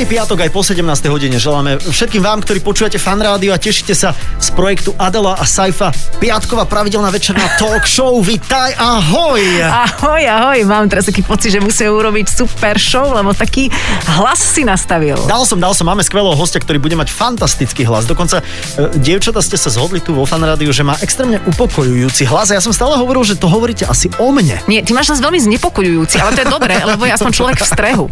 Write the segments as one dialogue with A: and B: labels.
A: piatok aj po 17. hodine želáme všetkým vám, ktorí počúvate fan rádio a tešíte sa z projektu Adela a Saifa piatková pravidelná večerná talk show. Vitaj, ahoj!
B: Ahoj, ahoj, mám teraz taký pocit, že musím urobiť super show, lebo taký hlas si nastavil.
A: Dal som, dal som, máme skvelého hostia, ktorý bude mať fantastický hlas. Dokonca e, dievčata ste sa zhodli tu vo fan rádiu, že má extrémne upokojujúci hlas. A ja som stále hovoril, že to hovoríte asi o mne.
B: Nie, ty máš nás veľmi znepokojujúci, ale to je dobré, lebo ja som človek v strehu.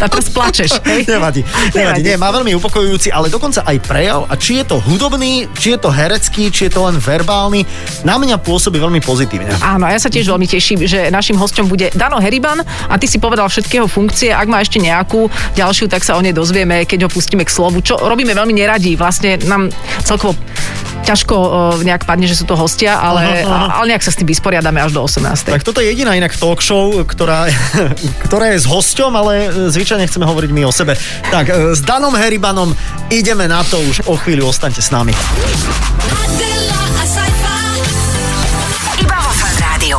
B: A teraz plačeš. Hej?
A: Nevadí, nevadí, nie, má veľmi upokojujúci, ale dokonca aj prejav. A či je to hudobný, či je to herecký, či je to len verbálny, na mňa pôsobí veľmi pozitívne.
B: Áno, a ja sa tiež veľmi teším, že našim hostom bude Dano Heriban a ty si povedal všetkého funkcie. Ak má ešte nejakú ďalšiu, tak sa o nej dozvieme, keď ho pustíme k slovu. Čo robíme veľmi neradi, vlastne nám celkovo ťažko eh, nejak padne, že sú to hostia,
A: Aha,
B: ale,
A: aha.
B: ale nejak sa s tým vysporiadame až do 18.
A: Tak toto je jediná inak talk show, ktorá, ktorá je s hosťom, ale e, zvyčajne chceme hovoriť my o sebe. Tak, e, s Danom Heribanom ideme na to už o chvíľu, ostaňte s nami.
C: Adela, a
D: Iba vo Fan Rádiu.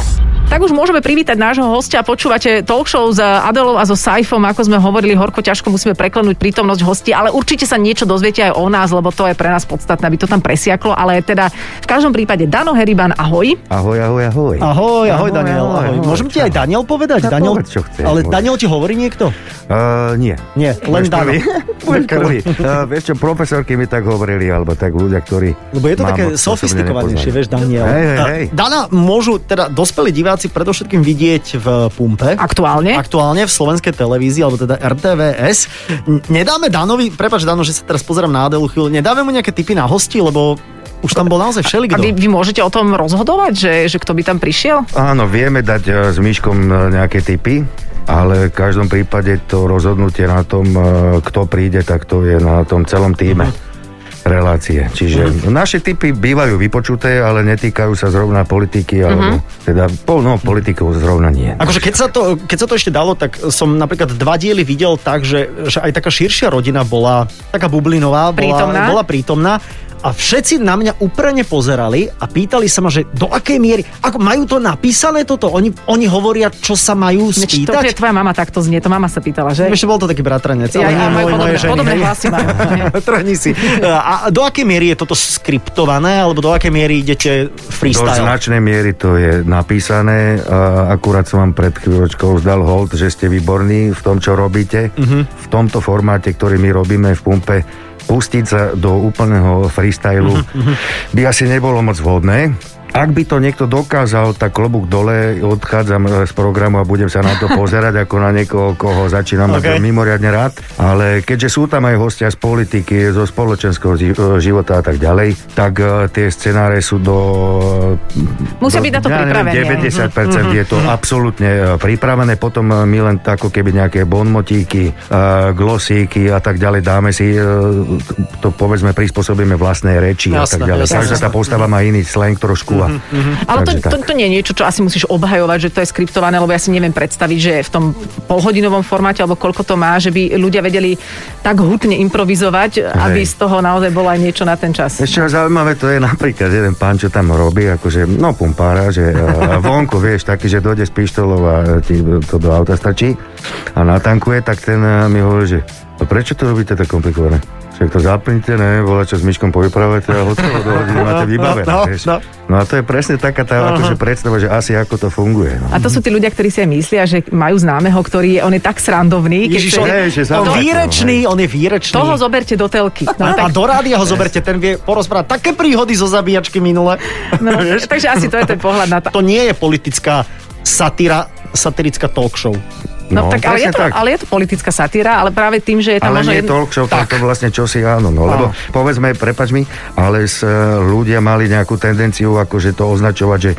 B: Tak už môžeme privítať nášho hostia. Počúvate talk show s Adelou a so Saifom. Ako sme hovorili, horko ťažko musíme preklenúť prítomnosť hostí, ale určite sa niečo dozviete aj o nás, lebo to je pre nás podstatné, aby to tam presiaklo. Ale teda v každom prípade Dano Heriban, ahoj.
E: Ahoj, ahoj, ahoj.
A: Ahoj, ahoj,
E: Ahoj,
A: Daniel. Ahoj.
E: ahoj, ahoj.
A: Môžem ti
E: Čau.
A: aj Daniel povedať?
E: Tak
A: Daniel,
E: povedz, čo chceš,
A: ale
E: môžeš.
A: Daniel ti hovorí niekto?
E: Uh, nie.
A: Nie, len
E: Budeš
A: Dano.
E: prvý? Budeš prvý. Uh, vieš čo, profesorky mi tak hovorili, alebo tak ľudia, ktorí...
A: Lebo je to
E: ma
A: také
E: moc osobne
A: sofistikovanejšie,
E: nepoznajú.
A: vieš, Daniel.
E: Hej, hej,
A: Tá-
E: hej.
A: Dana môžu teda dospelí diváci predovšetkým vidieť v pumpe.
B: Aktuálne.
A: Aktuálne v slovenskej televízii, alebo teda RTVS. N- Nedáme Danovi, prepač Dano, že sa teraz pozerám na Adelu chvíľu, nedáme mu nejaké tipy na hosti, lebo už tam bol naozaj
B: A vy,
A: všelikto.
B: vy môžete o tom rozhodovať, že, že kto by tam prišiel?
E: Áno, vieme dať uh, s Myškom uh, nejaké typy, ale v každom prípade to rozhodnutie na tom, uh, kto príde, tak to je na tom celom týme
A: Mhm.
E: relácie. Čiže naše typy bývajú vypočuté, ale netýkajú sa zrovna politiky, alebo
A: Mhm.
E: teda, po- no, politikou zrovna nie.
A: Akože keď sa, to, keď sa to ešte dalo, tak som napríklad dva diely videl tak, že, že aj taká širšia rodina bola, taká bublinová, bola
B: Prítomná?
A: bola prítomná a všetci na mňa úprene pozerali a pýtali sa ma, že do akej miery, ako majú to napísané toto, oni, oni hovoria, čo sa majú
B: Ináč To je
A: spýtať.
B: tvoja mama takto znie, to mama sa pýtala, že?
A: Ešte bol to taký bratranec, ale
B: Ja-
A: nie
B: ja-
A: môj,
B: podobné,
A: moje ženy.
B: podobné
A: hej.
B: hlasy majú.
A: Trhni si. A do akej miery je toto skriptované, alebo do akej miery idete
E: Do
A: freestyle?
E: značnej miery to je napísané. A akurát som vám pred chvíľočkou zdal hold, že ste výborní v tom, čo robíte.
A: Mhm.
E: V tomto formáte, ktorý my robíme v pumpe, pustiť sa do úplného freestylu
A: Mhm,
E: by asi nebolo moc vhodné. Ak by to niekto dokázal, tak klobúk dole, odchádzam e, z programu a budem sa na to pozerať ako na niekoho, koho začínam
A: Ok.
E: okay. mimoriadne rád. Ale keďže sú tam aj hostia z politiky, zo spoločenského zi- e, života a tak ďalej, tak e, tie scenáre sú do...
B: Musia
E: do-
B: byť na to Mhm.
E: ja neviem,
B: pripravení.
E: 90% je to absolútne e, pripravené. Potom e, my len ako keby nejaké bonmotíky, e, glosíky a tak ďalej dáme si, e, to povedzme prispôsobíme vlastnej reči a
A: Jasné,
E: tak ďalej.
A: jasné,
E: Každá
A: jasné.
E: tá postava má iný slang trošku. A,
B: Mhm, Ale to,
E: takže tak.
B: to, to nie je niečo, čo asi musíš obhajovať, že to je skriptované, lebo ja si neviem predstaviť, že v tom polhodinovom formáte, alebo koľko to má, že by ľudia vedeli tak hutne improvizovať, aby z toho naozaj bolo aj niečo na ten čas.
E: Ešte aj zaujímavé to je napríklad jeden pán, čo tam robí, akože, no pumpára, že e, vonku, vieš, taký, že dojde s pištolou a e, ti to do auta stačí a natankuje, tak ten e, mi hovorí, že "A prečo to robíte tak komplikované? Však to zapnite, ne, volá čo s myškom povyprávate a hotovo do hodiny máte vybavené,
A: No,
E: vieš.
A: no.
E: No a to je presne taká tá akože predstava, že asi ako to funguje. No.
B: A to sú tí ľudia, ktorí si aj myslia, že majú známeho, ktorý je, on je tak srandovný, keď
A: Ježiš,
B: sa-
A: on,
E: hej, že
A: on
E: no, samozrejme,
A: výrečný, on je výrečný.
B: toho zoberte do telky. No,
A: a
B: tak,
A: do rádia ho zoberte, ten vie porozprávať také príhody zo zabíjačky minule.
B: no, takže asi to je ten pohľad na to.
A: To nie je politická satyra, satirická talk show.
B: No, tak, ale, je
E: presne
B: to, ale je to politická satíra, ale práve tým, že je tam
E: ale
B: možno...
E: nie
B: jedno-
E: talk show, to je to vlastne čosi áno. No, lebo povedzme, prepač mi, ale s, e, ľudia mali nejakú tendenciu akože to označovať, že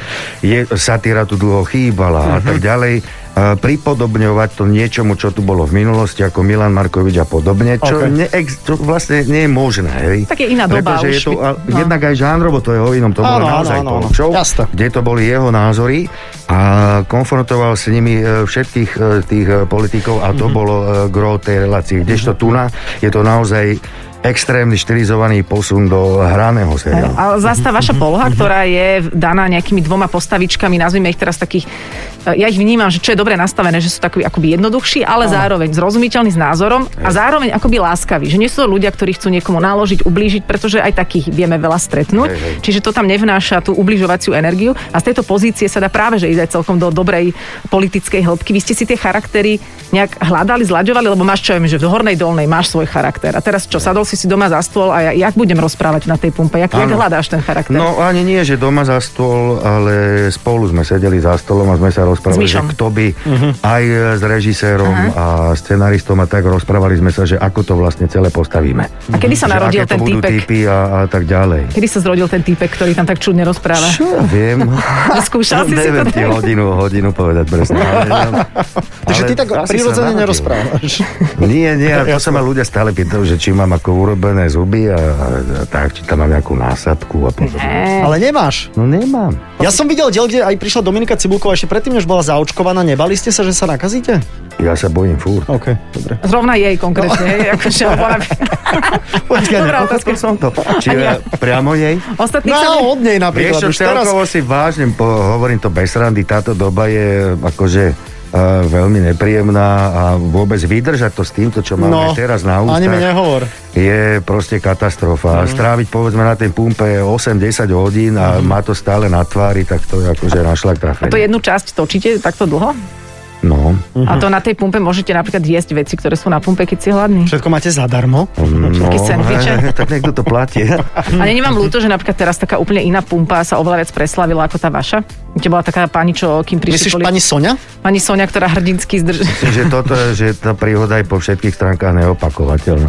E: je, satíra tu dlho chýbala a
B: Mhm.
E: tak ďalej. A pripodobňovať to niečomu, čo tu bolo v minulosti, ako Milan Markovič a podobne, čo,
A: Ok.
E: okay. neex, čo vlastne nie je možné. Hej?
B: Tak je iná doba
E: Pretože
B: už.
E: Je to, a,
B: No.
E: Jednak aj žánrovo to je o inom, to bolo
A: Áno, áno,
E: naozaj
A: áno,
E: talk
A: áno.
E: show,
A: Jasné.
E: kde to boli jeho názory a konfrontoval s nimi e, všetkých e, tých e, politikov a to
B: Mhm.
E: bolo e, gro tej relácie. Kdežto tu na je to naozaj extrémny štilizovaný posun do hraného seriálu. Mhm.
B: Ale zase tá vaša poloha, ktorá je daná nejakými dvoma postavičkami, nazvime ich teraz takých e, ja ich vnímam, že čo je dobre nastavené, že sú takí akoby jednoduchší, ale no. zároveň zrozumiteľní s názorom a zároveň akoby láskaví, že nie sú to ľudia, ktorí chcú niekomu naložiť, ublížiť, pretože aj takých vieme veľa stretnúť.
E: Hej, hej.
B: Čiže to tam nevnáša tú ubližovaciu energiu a z tejto pozície sa dá práve že ísť aj celkom do dobrej politickej hĺbky. Vy ste si tie charaktery nejak hľadali, zlaďovali, lebo máš čo, ja viem, že v hornej dolnej máš svoj charakter. A teraz čo, sadol si si doma za stôl a ja, jak budem rozprávať na tej pumpe? Jak, jak
E: Áno.
B: hľadáš ten charakter?
E: No ani nie, že doma za stôl, ale spolu sme sedeli za stolom a sme sa rozprávali,
B: S
E: že
B: Mišom. Mhm.
E: kto by aj e, s režisérom a scenáristom a tak rozprávali sme sa, že ako to vlastne celé postavíme.
B: A kedy sa
E: Že
B: narodil
E: aké
B: ten
E: to budú
B: týpek?
E: typy a, a tak ďalej.
B: Kedy sa zrodil ten týpek, ktorý tam tak čudne rozpráva? No,
E: Čo ja viem?
B: Skúšal si si to?
E: Neviem ti hodinu, hodinu povedať presne. ale neviem.
A: Takže
E: Ale
A: ty tak
E: asi sa
A: prirodzene
E: narodil.
A: nerozprávaš.
E: Nie, nie, a to sa ma ľudia stále pýtajú, že či mám ako urobené zuby a, a tak, či tam mám nejakú násadku a podobne.
B: Eh,
A: Ale nemáš.
E: No nemám.
A: Ja som videl diel, kde aj prišla Dominika Cibulková ešte predtým, než bola zaočkovaná. Nebali ste sa, že sa nakazíte?
E: Ja sa bojím furt.
A: OK, dobre.
B: Zrovna jej
E: No.
B: konkrétne, hej, akože ona...
E: Počkaj,
B: Dobrá
E: nepochopil som to. Či ja, priamo jej?
B: Ostatní sa...
A: No, od nej napríklad.
E: Vieš čo,
A: už teraz...
E: celkovo si vážne, po, hovorím to bez randy, táto doba je akože uh, veľmi nepríjemná a vôbec vydržať to s týmto, čo máme
A: No,
E: teraz na ústach,
A: ani mi nehovor.
E: je proste katastrofa.
A: Mhm.
E: Mm. Stráviť povedzme na tej pumpe 8-10 hodín a má to stále na tvári, tak to je akože našla
B: A
E: trafenie.
B: to jednu časť točíte takto dlho?
E: No,
B: A to na tej pumpe môžete napríklad jesť veci, ktoré sú na pumpe, keď si hladný.
A: Všetko máte zadarmo.
E: no
B: Taký sendviče.
E: tak niekto to platí.
B: A není
E: Mhm.
B: vám ľúto, že napríklad teraz taká úplne iná pumpa sa oveľa viac preslavila ako tá vaša? Kde bola taká pani, čo kým prišli...
A: Myslíš
B: boli-
A: pani Sonia?
B: pani Sonia, ktorá hrdinsky zdrž...
E: že toto, je- že tá príhoda je po všetkých stránkach neopakovateľná.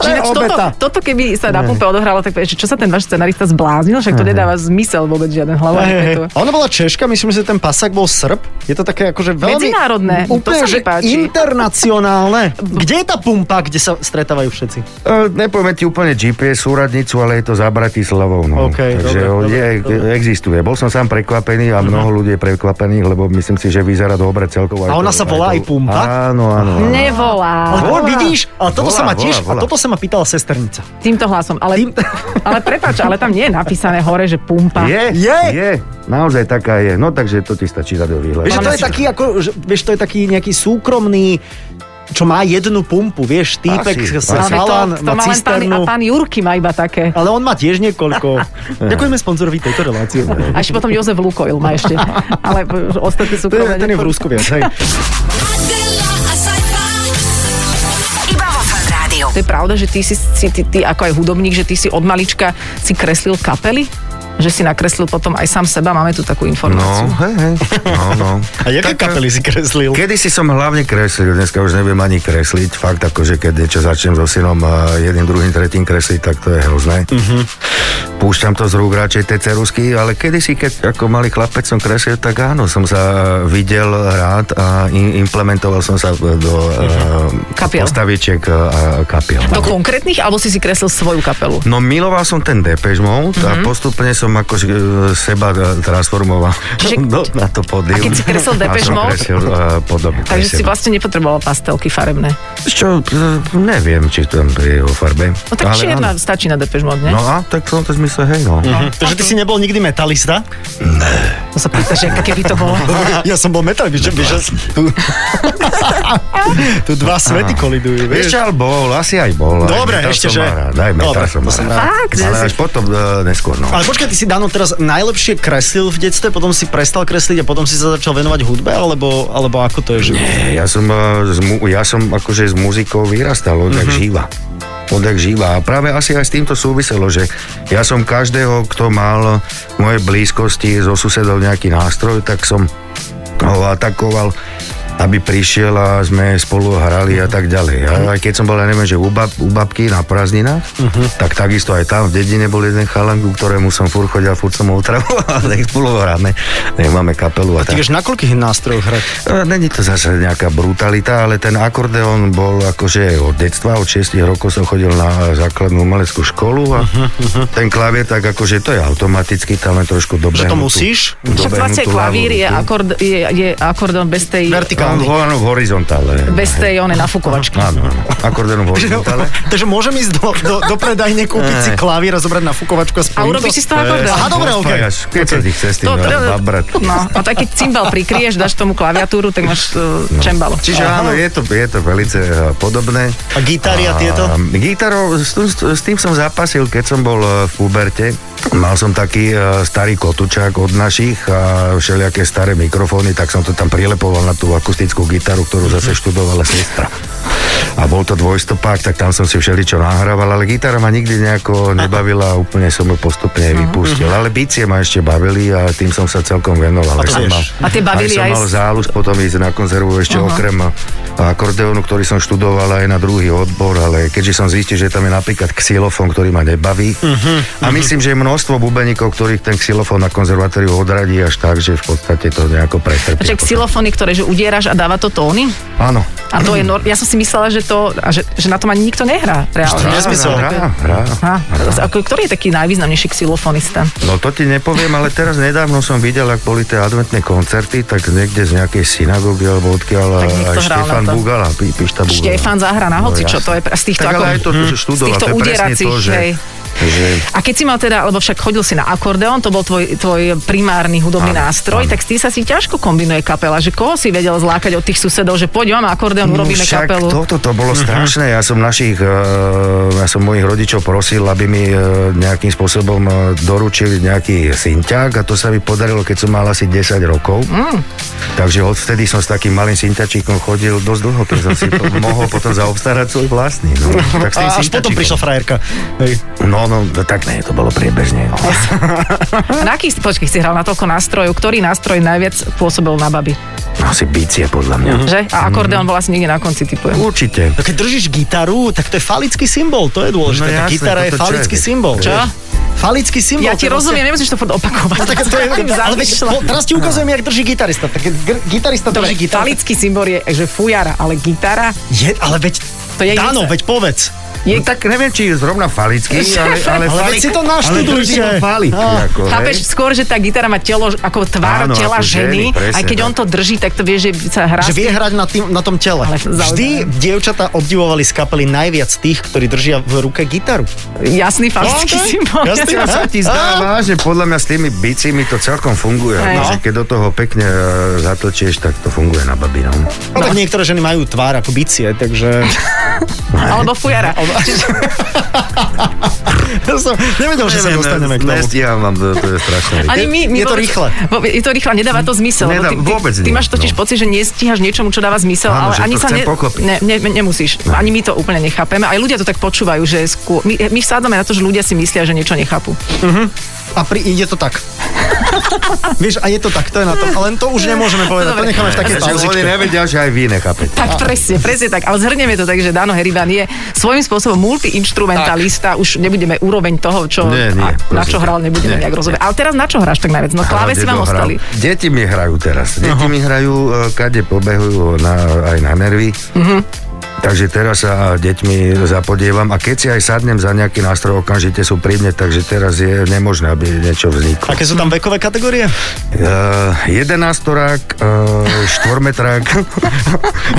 B: Že ináč toto,
A: obeta.
B: toto, keby sa na pumpe odohralo, tak povieš, že čo sa ten váš scenarista zbláznil, však to nedáva zmysel vôbec žiaden hlavu.
A: Hej,
B: ani
A: hej.
B: petu.
A: A ona bola Češka, myslím, že ten pasák bol Srb. Je to také akože veľmi...
B: Medzinárodné, to
A: Úplne,
B: sa mi
A: že
B: páči.
A: internacionálne. Kde je tá pumpa, kde sa stretávajú všetci?
E: E, Nepoviem ti úplne GPS súradnicu, ale je to za Bratislavou. No.
A: OK,
E: Takže
A: dobre,
E: on
A: dobre,
E: je,
A: dobre. Mhm.
E: existuje. Bol som sám prekvapený a mnoho ľudí je prekvapených, lebo myslím si, že vyzerá dobre celkovo.
A: A
E: aj
A: ona
E: to-
A: sa volá aj
E: to-
A: Pumpa?
E: Áno, áno. áno.
A: Ale
B: Nevolá.
A: to vidíš, ale toto
E: Volá,
A: sa ma tiež,
E: volá, volá.
A: a toto sa ma pýtala sesternica.
B: Týmto hlasom. Ale,
A: Tým-
B: ale prepáč, ale tam nie je napísané hore, že pumpa.
E: Je,
A: Je?
E: je, naozaj taká je. No takže to ti stačí dať do výhľadu.
A: Vieš, že to je
B: Máme si-
A: taký, ako, že, vieš, to je taký nejaký súkromný, čo má jednu pumpu, vieš, týpek,
E: Asi,
A: sa
E: asi.
A: chalan,
B: to, to
A: má
B: má len pán, a
A: cisternu.
B: pán Jurky má iba také.
A: Ale on má tiež niekoľko. Ďakujeme sponzorovi tejto relácie.
B: A ešte potom Jozef Lukoil má ešte. Ale ostatní sú
A: To je, ten je v Rusku viac, hej.
C: Adela,
D: Iba vo Fan Rádiu.
B: To je pravda, že ty si, si ty, ty, ako aj hudobník, že ty si od malička si kreslil kapely? Že si nakreslil potom aj sám seba? Máme tu takú
E: No,
B: informáciu.
E: hej, hej. No, no.
A: A jaké kapely si kreslil?
E: Kedy si som hlavne kreslil, dneska už neviem ani kresliť. Fakt ako, že keď niečo začnem so synom a jedným, druhým, tretím kresliť, tak to je hrozné. Mm-hmm.
A: Mhm.
E: Púšťam to z rúk radšej tie cerusky, ale kedysi, keď ako malý chlapec som kreslil, tak áno, som sa videl rád a i- implementoval som sa do uh,
B: Kapiel.
E: postavičiek a kapiel.
B: Do konkrétnych, alebo si si kreslil svoju kapelu?
E: No miloval som ten Depeche
B: Mhm.
E: Mode mm-hmm. a postupne som ako e, seba e, transformoval
B: Čiže-
E: do, na to pódium.
B: A keď si kreslil Depeche
E: A som
B: Mode?
E: kreslil e, podobu. pre
B: Takže si
E: seba.
B: vlastne nepotreboval pastelky farebné.
E: Čo, e, neviem, či tam je o farbe.
B: No tak čierna stačí na Depeche Mode, nie?
E: No a tak som to zmysle, hej no.
A: Mhm. Takže ty si nebol nikdy metalista?
B: To sa pýta, že keby to bolo.
A: Ja som bol metal, vieš, že- vieš, že tu, tu dva svety kolidujú,
E: Vieš
A: vieš.
E: čo, ale bol, asi aj bol.
A: Dobre,
E: aj metal
A: ešte,
E: som
A: že?
E: mal Rád, aj metal
A: Dobre,
E: som
A: to
E: mal
A: som
E: rád.
A: rád.
B: Fakt, že
E: Ale
B: si...
E: až potom, e, neskôr, no.
A: Ale počkaj, ty si Dano teraz najlepšie kreslil v detstve, potom si prestal kresliť a potom si sa začal venovať hudbe, alebo, alebo ako to je život?
E: Ja som, e, z, mu- ja som akože s muzikou vyrastal,
A: Mhm.
E: odjak mm-hmm. živa. Odjak živa. A práve asi aj s týmto súviselo, že ja som každého, kto mal v mojej blízkosti zo susedov nejaký nástroj, tak som ho atakoval aby prišiel a sme spolu hrali a tak ďalej. A
A: Mhm.
E: aj keď som bol, ja neviem, že u, bab, u babky na prázdninách, uh-huh.
A: Mhm.
E: tak takisto aj tam v dedine bol jeden chalan, ku ktorému som furt chodil, furt som ho utravoval, nech spolu hráme, nech máme kapelu a
A: Ty
E: tak.
A: vieš na koľkých nástrojoch hrať?
E: E, Není to zase nejaká brutalita, ale ten akordeón bol akože od detstva, od 6 rokov som chodil na základnú umeleckú školu a ten klavier tak akože to je automaticky, tam len trošku dobre.
A: Že to musíš?
B: Však vlastne klavír je, akord, je, je akordon bez tej
A: Vertikálnej
E: Mám
B: horizontálny.
E: volanú No, v horizontále.
B: Bez tej one nafúkovačky.
E: Áno, áno. akordénu v horizontále.
A: Takže môžem ísť do, do, do predajne, kúpiť si
E: Ej.
A: klavír a zobrať na fukovačku a spojiť
B: A urobíš si z toho akordeón.
A: Aha, dobre, OK.
E: Rozpájaš, Keď sa ti chce s tým
B: To- to-
E: babrať.
B: No, a tak keď cymbal prikrieš, dáš tomu klaviatúru, tak máš uh, čembalo.
E: No. Čiže áno, je to, je to velice eh, podobné.
A: A gitary a tieto?
E: Gitarou, s, tým- s tým som zápasil, keď som bol eh, v puberte. Mal som taký eh, starý kotučák od našich a všelijaké staré mikrofóny, tak som to tam prilepoval na tú akustickú gitaru, ktorú
A: Mhm.
E: zase študovala sestra. A bol to dvojstopák, tak tam som si všeličo nahrával, ale gitara ma nikdy nejako nebavila a úplne som ju postupne
A: Mhm.
E: vypustil. Ale bicie ma ešte bavili a tým som sa celkom venoval.
A: A to
E: Som
A: vieš.
B: A
E: mal-
B: tie bavili
E: som
B: aj
E: mal
B: s-
E: záľuž potom ísť na konzervu ešte uh-huh. okrem akordeónu, ktorý som študoval aj na druhý odbor, ale keďže som zistil, že tam je napríklad xylofón, ktorý ma nebaví
B: Mhm,
E: uh-huh. a myslím, že je množstvo bubeníkov, ktorých ten xylofón na konzervatóriu odradí až tak, že v podstate to nejako pretrpí.
B: Čiže xylofóny, ktoré že udieraš a dáva to tóny.
E: Áno.
B: A to je, nor- ja som si myslela, že to, a že, že na tom ani nikto nehrá.
A: To je
B: Reálne.
A: Čo? nezmysel.
E: Hrá, hrá.
B: Aha. Ako- Ktorý je taký najvýznamnejší xylofonista?
E: No to ti nepoviem, ale teraz nedávno som videl, ak boli tie adventné koncerty, tak niekde z nejakej synagógy alebo odkiaľ
B: Tak niekto hral
E: aj
B: na
E: Štefan
B: to.
E: Bugala, pí, Pišta Bugala.
B: Štefan Zahra na hoci, čo
E: no, jasne.
B: to je pre- hm, z týchto
E: tak
B: ako...
E: ale aj to, že študoval,
B: týchto
E: to je presne to,
B: udieracích,
E: že,
B: hej.
E: že
B: A keď si mal teda, lebo však chodil si na akordeón, to bol tvoj, tvoj primárny hudobný
E: Áno,
B: nástroj,
E: áno.
B: tak s tým sa si ťažko kombinuje kapela, že koho si vedel zlákať od tých susedov, že poď, máme akordeón, urobíme
E: No však
B: No kapelu.
E: toto to
A: Mhm.
E: bolo strašné. Ja som našich, eh, ja som mojich rodičov prosil, aby mi eh, nejakým spôsobom eh, doručili nejaký synťák a to sa mi podarilo, keď som mal asi 10 rokov.
B: Mm.
E: Takže odvtedy som s takým malým synťačíkom chodil dosť dlho, keď som si po- mohol potom zaobstarať svoj vlastný. No. Tak s tým
A: A až potom
E: synťačikom.
A: prišla frajerka. Hej.
E: No, no, no, tak ne, to bolo priebežne. No.
B: A na aký, počkej, si hral na toľko nástrojov, ktorý nástroj najviac pôsobil na baby,
E: Asi bicie, podľa mňa.
A: Mhm.
B: že? A akordeón bol asi niekde na konci, typujem.
E: Určite.
A: No keď držíš gitaru, tak to je falický symbol, to je dôležité.
E: No
A: tá
E: jasné,
A: gitara je
E: toto čo je?
A: falický symbol.
B: Čo?
A: Falický symbol.
B: Ja
A: to
B: ti
A: je
B: rozumiem, nemusíš to furt opakovať.
A: vlastne- No tak to je, ale veď, po, teraz ti ukazujem, jak drží gitarista. Tak keď gr- gitarista
B: Dobre,
A: drží gitaru.
B: falický symbol je, že fujara, ale gitara
A: Je, ale veď,
B: To je
A: Dano,
B: jedince.
A: veď povedz.
B: je...
E: No, tak neviem, či je zrovna falický, ale, ale,
A: Ale veď si to naštudujte.
E: Ale drží to falik,
A: No.
E: ako,
B: Chápeš
E: hej.
B: skôr, že tá gitara má telo, ako tvár
E: Áno,
B: tela
E: ako
B: ženy,
E: ženy, presne,
B: aj keď
E: tak.
B: on to drží, tak to vie, že sa hrá.
A: Že
B: s
A: vie
B: tým.
A: hrať na, tým, na tom tele.
B: Ale zaujímavé.
A: Vždy dievčatá obdivovali z kapely najviac tých, ktorí držia v ruke gitaru.
B: Jasný falský
A: No, to je-
B: symbol.
A: jasný,
E: Ja sa ti
A: Á.
E: zdá vážne, podľa mňa s tými bicími to celkom funguje.
B: Hej.
E: No. Že keď do toho pekne e, zatlčieš, tak to funguje na babi. No.
A: No. Tak niektoré ženy majú tvár ako bicie, takže...
B: Alebo fujara.
A: Ja som nevedel, že sa
E: Neviem,
A: dostaneme k tomu.
E: ne- Ja mám, to, to je strašné.
B: Ani my, my
A: je to
B: vôbec-
A: rýchle.
B: vo- Je to rýchle, nedáva to zmysel. lebo
E: Nedá-
B: ty, ty,
E: vôbec
B: ty
E: nie,
B: máš totiž
E: no.
B: pocit, že nestíhaš niečomu, čo dáva zmysel,
E: Áno,
B: ale
E: že
B: ani
E: to
B: sa
E: chcem pochopiť.
B: ne, ne, ne, nemusíš. Ani my to úplne nechápeme. Aj ľudia to tak počúvajú, že skôr, my, my vsádzame na to, že ľudia si myslia, že niečo nechápu.
A: A pri, ide to tak. Vieš, a je to tak, to je na tom. Ale to už nemôžeme povedať, to
B: Dobre.
A: necháme v takej
E: Že
A: pauzičke.
E: oni nevedia, že aj vy nechápete.
B: Tak presne, presne tak. Ale zhrnieme to tak, že Dano Heriban je svojím spôsobom multiinstrumentalista. Už nebudeme úroveň toho, čo,
E: Nie, nie,
B: a, na
E: prosím
B: čo
E: ťa.
B: hral, nebudeme
E: Nie,
B: nejak rozumieť. Ale teraz na čo hráš tak najviac? No klávesy
E: Ale
B: vám
E: dedo
B: ostali.
E: hral. Deti mi hrajú teraz. Deti mi hrajú, e, kade pobehujú na, aj na nervy.
B: Mhm.
E: Takže teraz sa deťmi zapodievam a keď si aj sadnem za nejaký nástroj, okamžite sú pri mne, takže teraz je nemožné, aby niečo vzniklo.
A: Aké sú tam vekové kategórie?
E: Uh, jedenástorák, uh, štvormetrák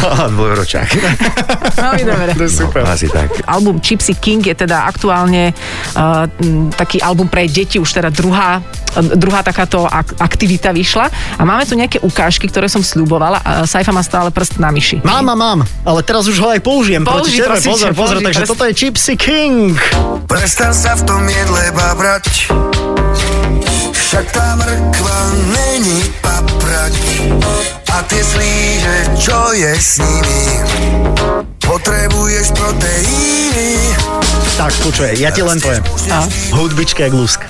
E: a dvojročák.
B: Veľmi dobre.
E: No, asi tak.
B: Album Chipsy King je teda aktuálne uh, m, taký album pre deti, už teda druhá, eh, druhá takáto ak- aktivita vyšla. A máme tu nejaké ukážky, ktoré som sľubovala. A Saifa má stále prst na myši.
A: Mám a mám, ale teraz už ho aj použijem proti
B: Použij,
A: tebe.
B: prosím
A: Pozor,
B: ťa,
A: pozor,
B: použij,
A: takže
B: pres-
A: toto je Chipsy King.
D: Prestan sa v tom jedle babrať Však tá mrkva není paprať A tie slíže, čo je s nimi Potrebuješ proteíny
A: Tak, počuje, ja ti len poviem.
B: A?
A: Hudbička je glusk.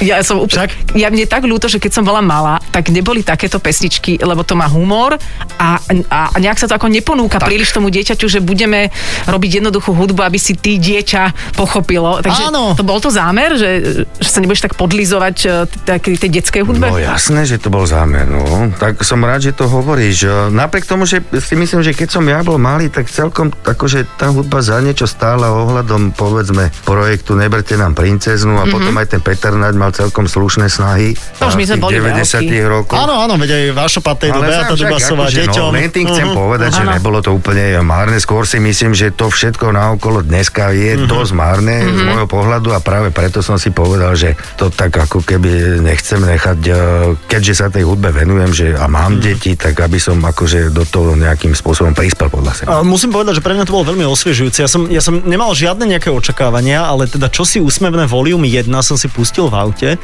B: Ja som úplne,
A: Však?
B: ja mne tak ľúto, že keď som bola malá, tak neboli takéto pesničky, lebo to má humor a, a, a nejak sa to ako neponúka tak. príliš tomu dieťaťu, že budeme robiť jednoduchú hudbu, aby si ty dieťa pochopilo. Takže
A: Áno.
B: to bol to zámer, že, že sa nebudeš tak podlizovať e, t- takej tej detskej hudbe?
E: No jasné, že to bol zámer, no. Tak som rád, že to hovoríš. Eh, Napriek tomu, že si myslím, že keď som ja bol malý, tak celkom akože tá hudba za niečo stála ohľadom, povedzme, projektu Neberte nám princeznu a potom aj ten Peter Naď mal mal celkom slušné snahy.
B: To už my sme
E: v tých
B: boli
E: 90. rokoch.
A: Áno, áno, veď aj Vášo Patej do Beata
E: však
A: Dubasová
E: akože,
A: deťom.
E: No, len tým chcem
A: Mhm.
E: povedať, že
B: Áno.
E: nebolo to úplne márne. Skôr si myslím, že to všetko naokolo dneska je
A: Mhm.
E: dosť márne z môjho pohľadu a práve preto som si povedal, že to tak ako keby nechcem nechať, eh, keďže sa tej hudbe venujem že a mám
A: Mhm.
E: deti, tak aby som akože do toho nejakým spôsobom prispel podľa seba.
A: A musím povedať, že pre mňa to bolo veľmi osviežujúce. Ja som, ja som nemal žiadne nejaké očakávania, ale teda čosi úsmevné Volume 1 som si pustil v aute. E,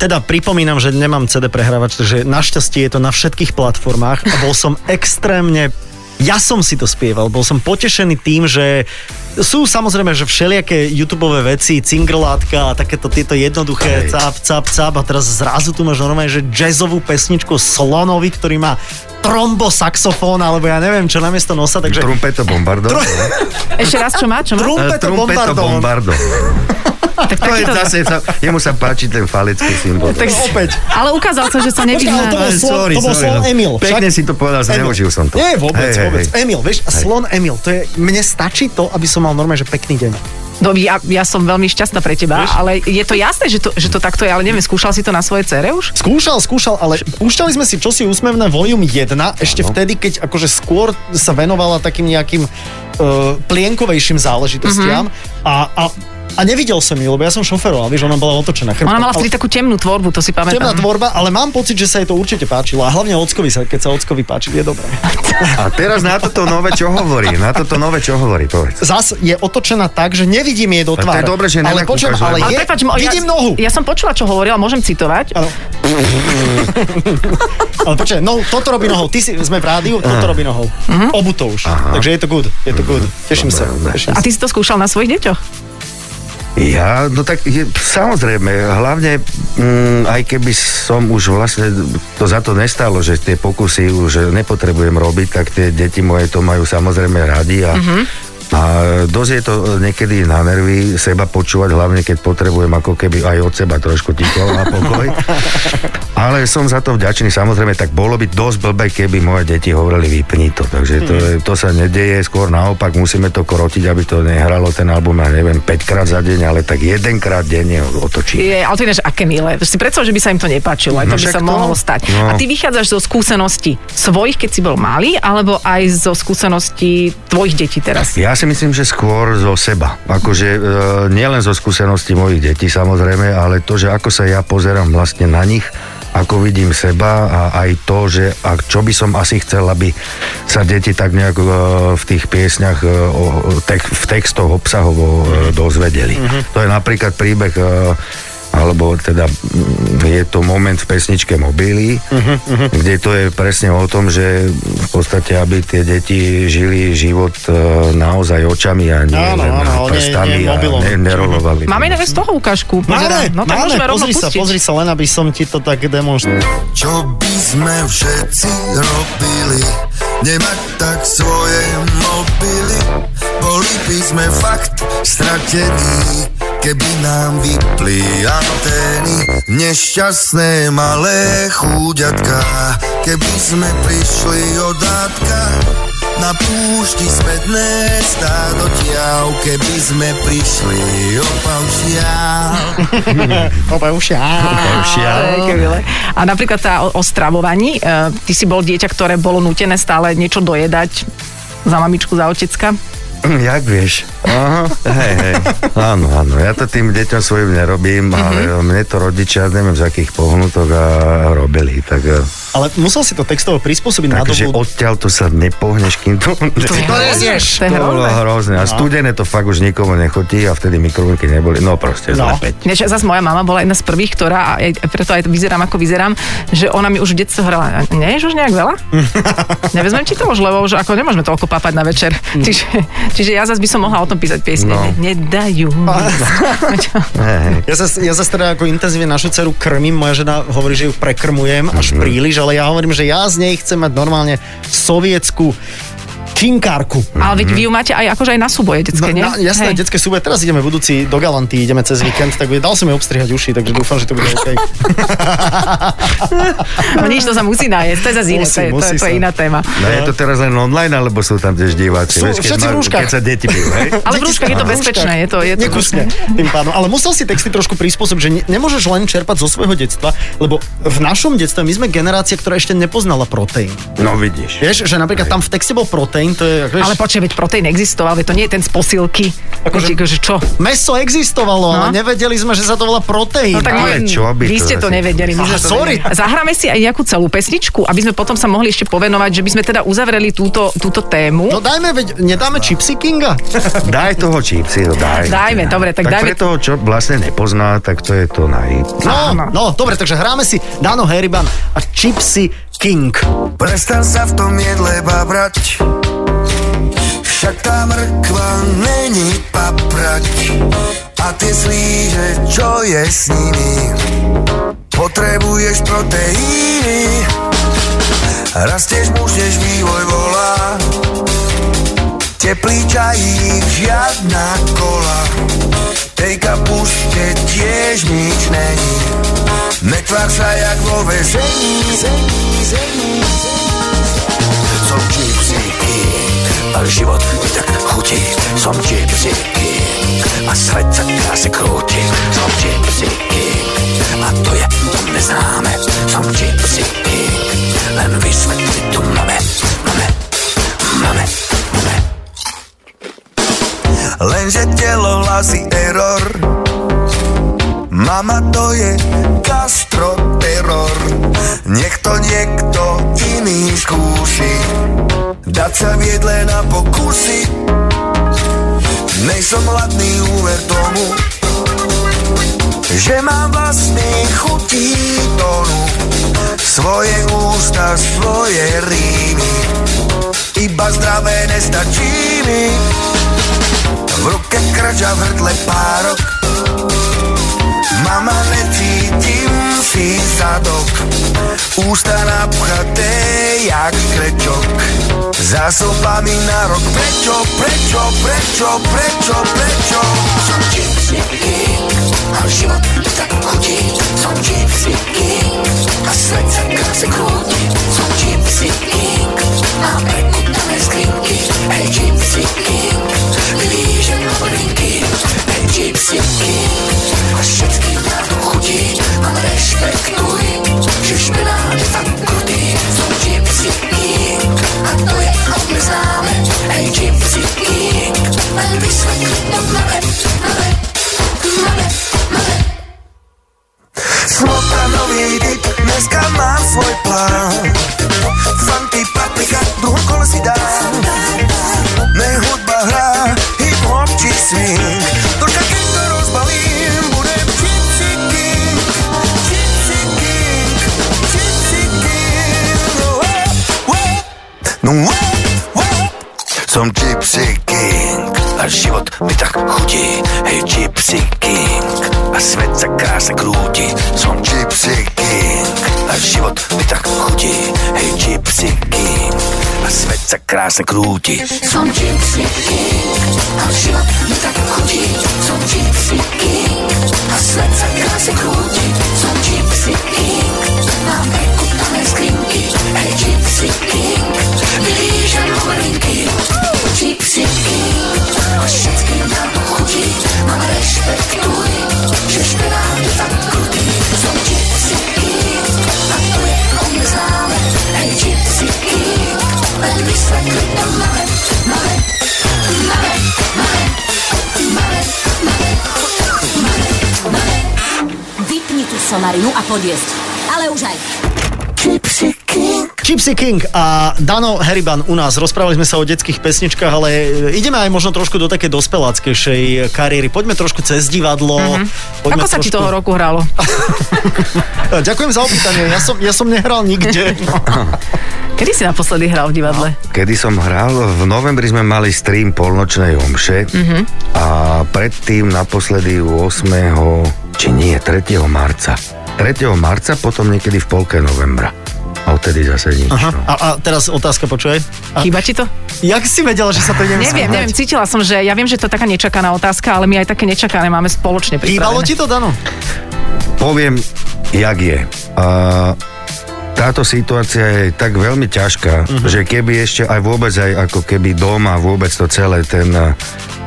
A: teda pripomínam, že nemám CD prehrávač, takže našťastie je to na všetkých platformách a bol som extrémne ja som si to spieval, bol som potešený tým, že sú samozrejme, že všelijaké YouTube veci, cingrlátka a takéto tieto jednoduché
E: Hej.
A: cap, cap, cap a teraz zrazu tu máš normálne, že jazzovú pesničku Slonovi, ktorý má trombosaxofón, alebo ja neviem čo namiesto nosa, takže...
E: Trumpeto bombardo.
B: Ešte raz, čo má? Čo má?
A: Dru-
E: eh,
A: Trumpeto bombardón.
E: bombardo.
B: Tak,
E: To je
B: takýto-
E: zase, sa- jemu sa páči ten falecký symbol.
A: Tak opäť.
B: Ale ukázal sa, že sa
A: Počkaj, ale to
B: nevyzná.
A: bol
E: Sorry,
A: slon, to bol
E: sorry,
A: slon
E: no.
A: Emil.
E: Pekne
A: však?
E: si to povedal,
A: Emil.
E: zneužil som to.
A: Nie, vôbec,
E: Hej, hej,
A: vôbec.
E: hej.
A: Emil, vieš, a slon Emil, to je, mne stačí to, aby som mal normálne, že pekný deň.
B: No, ja, ja som veľmi šťastná pre teba, ale je to jasné, že to, že to takto je, ale neviem, skúšal si to na svojej cere už?
A: Skúšal, skúšal, ale púšťali sme si čosi úsmevné Volume 1 ešte vtedy, keď akože skôr sa venovala takým nejakým uh, plienkovejším záležitostiam
B: Mhm.
A: a, a, a nevidel som ju, lebo ja som šoferoval, vieš, ona bola otočená. chrbtom,
B: Ona mala
A: ale-
B: vtedy takú temnú tvorbu, to si
A: Temná
B: pamätám.
A: tvorba, ale mám pocit, že sa jej to určite páčilo. A hlavne Ockovi sa, keď sa Ockovi páči, je dobré.
E: A teraz na toto nové čo hovorí? Na toto nové čo hovorí, povedz.
A: Zas je otočená tak, že nevidím jej do
E: to
A: tváre.
E: je dobré, že
A: ale
E: nenakúkaš,
A: počujem,
E: lebo-
A: ale,
B: Ale
A: je,
B: prepáč, mo-
A: vidím
B: ja,
A: nohu.
B: Ja som počula, čo hovorila, môžem citovať.
A: Áno. Ale počkaj, no, toto robí nohou. Ty si, sme v rádiu, toto robí nohou.
B: Mhm.
A: Obuto už. Takže je to good, je to good. Teším sa.
E: Mhm. Dobre, dobre.
A: Teším
B: A
A: sa.
B: ty si to skúšal na svojich deťoch?
E: Ja, no tak je, samozrejme, hlavne mm, aj keby som už vlastne to za to nestalo, že tie pokusy už nepotrebujem robiť, tak tie deti moje to majú samozrejme radi a, a dosť je to e, niekedy na nervy seba počúvať, hlavne keď potrebujem ako keby aj od seba trošku ticho a pokoj. Ale som za to vďačný, samozrejme, tak bolo by dosť blbé, keby moje deti hovorili vypni to. Takže to, je- to sa nedeje, skôr naopak musíme to krotiť, aby to nehralo ten album, ja neviem, 5 krát za deň, ale tak jedenkrát denne ho otočí.
B: Je, ale to ináč, aké milé. Si predstav, že by sa im to nepáčilo, aj to by
E: No však
B: sa
E: to-
B: mohlo stať.
E: no.
B: A ty vychádzaš zo skúseností svojich, keď si bol malý, alebo aj zo skúseností tvojich detí teraz.
E: Ja si myslím, že skôr zo seba. Akože e, nielen zo skúseností mojich detí samozrejme, ale to, že ako sa ja pozerám vlastne na nich, ako vidím seba a aj to, že a čo by som asi chcel, aby sa deti tak nejak e, v tých piesňach e, o, o, tek, v textoch obsahovo e, dozvedeli. To je napríklad príbeh e, alebo teda mm, je to moment v pesničke Mobily,
A: Mhm,
E: kde to je presne o tom, že v podstate, aby tie deti žili život e, naozaj očami a nie
A: Áno,
E: len
A: áno, nie- nie
E: prstami a
A: mobilom.
E: ne, nerolovali.
B: Máme ináč z toho ukážku.
A: Máme,
B: pozerám. no tak
A: máme,
B: môžeme rovno
A: pozri sa,
B: pustiť.
A: pozri sa, len aby som ti to tak demonstroval.
D: Čo by sme všetci robili, nemať tak svoje mobily. Boli by sme fakt stratení, keby nám vypli antény. Nešťastné malé chúďatka, keby sme prišli od dátka. Na púšti spätné stádo tiav, keby sme prišli o paušiál.
A: Opa, už ja.
E: Ah.
B: Á, aké milé. A napríklad tá o, o stravovaní, e, ty si bol dieťa, ktoré bolo nutené stále niečo dojedať za mamičku, za otecka.
E: Hm, Jak vieš? Aha, hej, hej. Áno, áno. Ja to tým deťom svojim nerobím, ale mne to rodičia, neviem z akých pohnutok a robili. Tak, e,
A: Ale musel si to textovo prispôsobiť na
E: takže
A: dobu.
E: odtiaľ to sa nepohneš, kým to...
A: To nezieš.
B: To je
E: To bolo
B: hrozné.
E: hrozné.
A: No.
E: A studené to fakt už nikomu nechutí a vtedy mikrovlnky neboli. No proste,
A: No.
E: no. zlepeť.
B: Než zase moja mama bola jedna z prvých, ktorá, a aj, preto aj vyzerám ako vyzerám, že ona mi už v detstve hrala, neješ už nejak veľa? Nevezmem ti to už, lebo už ako nemôžeme toľko papať na večer. Čiže, čiže ja zase by som mohla o tom písať piesne.
E: No.
B: No. Nedajú.
E: Hej, hej.
A: Ja sa, ja sa teda ako intenzívne našu dceru krmím, moja žena hovorí, že ju prekrmujem až príliš, ale ja hovorím, že ja z nej chcem mať normálne sovietskú činkárku.
B: Ale veď vy ju máte aj, akože aj na súboje, detské, nie?
A: na, No, jasné,
B: Hej.
A: detské súbe. Teraz ideme budúci do Galanty, ideme cez víkend, tak bude- dal som jej obstrihať uši, takže dúfam, že to bude OK.
B: No nič, to sa musí nájsť, to je zase iné,
A: Musí,
B: to je, to,
A: musí
B: je, to je
A: sa.
B: iná téma.
E: No je to teraz len online, alebo sú tam tiež diváci?
A: Sú,
E: keď,
A: všetci v
E: ma-
A: rúškach.
E: keď sa deti bijú, hej?
B: Ale v rúškach je to bezpečné, je to, je to
A: Nekusne, tým pádom. Ale musel si texty trošku prispôsobiť, že ne- nemôžeš len čerpať zo svojho detstva, lebo v našom detstve my sme generácia, ktorá ešte nepoznala proteín.
E: No vidíš.
A: Vieš, že napríklad tam v texte bol proteín, to je... Vieš,
B: Ale počkaj, veď proteín existoval, veď to nie je ten z posilky.
A: Akože-
B: Akože, akože čo?
A: Meso existovalo, no?
B: No.
A: ale nevedeli sme, že sa to volá proteín.
B: No tak my-
E: Ale čo by
B: vy
E: to
B: ste to
E: zase-
B: nevedeli. my sme
A: Aha,
B: to
A: sorry.
B: vedeli. Zahráme si aj nejakú celú pesničku, aby sme potom sa mohli ešte povenovať, že by sme teda uzavreli túto, túto
A: No
B: tému.
A: dajme, veď, nedáme Chipsy Kinga?
E: Daj toho čipsy, no daj.
B: Dajme, dobre, tak
E: tak
B: dajme-
E: pre toho, čo vlastne nepozná, tak to je to naj...
A: No,
B: Áno.
A: no, dobre, takže hráme si Dano Heriban a Chipsy King.
D: Prestan sa v tom jedle babrať Však tá mrkva není paprať A ty zlí, že čo je s nimi Potrebuješ proteíny Rastieš, mužneš, vývoj volá Teplý čajík, žiadna kola Tej kapuste tiež nič není Netvár sa jak vo vezení zení, zení, zení. Som gypsy king, ale život mi tak chutí Som gypsy king, a svet sa krásne krúti Som gypsy king, a to je to neznáme Som gypsy king, len vysvetliť tu máme, máme, máme, máme Lenže telo hlasí error Mama to je gastroteror Nech to niekto iný skúši Dať sa viedle na pokusy Nejsom hladný, úver tomu Že mám vlastne chutí tonu Svoje ústa, svoje rýmy Iba zdravé nestačí mi v ruke krč a v hrdle párok Mama, necítim si zadok Ústa napchaté jak krečok Zásobami na rok Prečo, prečo, prečo, prečo, prečo Som gypsy king A život mi tak chutí Som gypsy king A svet sa krásne krúti Som gypsy king Mám prekutané skrinky Hej gypsy king Vyvížem novinky Hej gypsy king A všetkým na to chutí Mám rešpektuj Že špenát je tak krutý Som gypsy king A to je od neznáme Hej gypsy king Len vysvetliť to máme Máme, máme, máme Smota nový typ, dneska mám svoj plán Funky paprika, druhé kolo si dám Nech hudba hrá, hip hop či swing Troška keď to rozbalím, budem Gypsy King Gypsy King, Gypsy King oh, oh, oh. No, oh, oh. Som Gypsy King a život mi tak chutí. Hej, Gypsy King a svet sa krásne krúti. Som Gypsy King a život mi tak chutí. Hej, Gypsy King a svet sa krásne krúti.
C: Som gypsy king a život mi tak chutí. Som gypsy king a svet sa krásne krúti. Som gypsy king, mám prekutané skrinky. Hej, gypsy king, vylížam hovorinky. Gypsy king a všetkým nám to chutí. Mám rešpektuj, že špinám je tak krutý. Som gypsy king a to je on neznáme. Hej, gypsy king, len vysvetliť to máme.
F: Vypni tú somarinu a podjesť. Ale už aj.
C: Gypsy King.
A: Chipsy King a Dano Heriban u nás. Rozprávali sme sa o detských pesničkách, ale e, ideme aj možno trošku do také dospeláckejšej kariéry. Poďme trošku cez divadlo. Mm-hmm. Poďme
B: Mhm. Ako sa
A: trošku...
B: ti toho roku hralo?
A: E, Ďakujem za opýtanie. Ja som, ja som nehral nikde. No.
B: Kedy si naposledy hral v divadle?
E: Kedy som hral, v novembri sme mali stream polnočnej omše
B: Mhm.
E: mm-hmm. a predtým naposledy 8. či nie, 3. marca. 3. marca, potom niekedy v polke novembra. A odtedy zase nič.
A: Aha.
E: No.
A: A, a teraz otázka, počuj. A,
B: Chýba ti to?
A: jak si vedela, že sa to ideme
B: Neviem,
A: spýtať?
B: neviem, cítila som, že ja viem, že to je taká nečakaná otázka, ale my aj také nečakané máme spoločne
A: Chýbalo
B: pripravené.
A: ti to, Dano?
E: Poviem, jak je. A táto situácia je tak veľmi ťažká, uh-huh. že keby ešte aj vôbec aj ako keby doma vôbec to celé ten,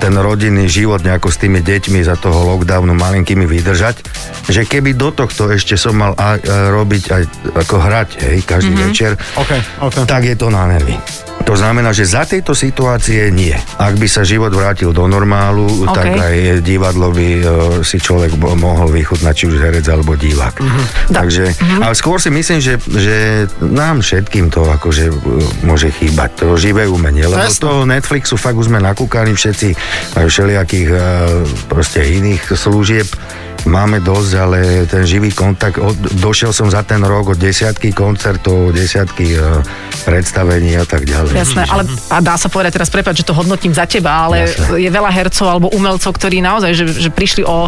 E: ten rodinný život nejako s tými deťmi za toho lockdownu malinkými vydržať, že keby do tohto ešte som mal aj, e, robiť aj ako hrať, hej, každý uh-huh. večer,
A: OK, OK.
E: tak je to na nervy. To znamená, že za tejto situácie nie. Ak by sa život vrátil do normálu, okay. tak aj divadlo by e, si človek bo- mohol vychutnať, či už herec alebo divák. Mm-hmm.
B: Mhm. Da-
E: Takže, mm-hmm. ale skôr si myslím, že, že nám všetkým to akože e, môže chýbať, to živé umenie. Lebo
A: Presne.
E: toho Netflixu fakt už sme nakúkali všetci aj všelijakých e, proste iných služieb. Máme dosť, ale ten živý kontakt, od, došiel som za ten rok od desiatky koncertov, desiatky e, predstavení a tak ďalej.
B: Jasné, ale a dá sa povedať teraz, prepáč, že to hodnotím za teba, ale
E: Mhm. Jasné.
B: je veľa hercov alebo umelcov, ktorí naozaj, že, že prišli o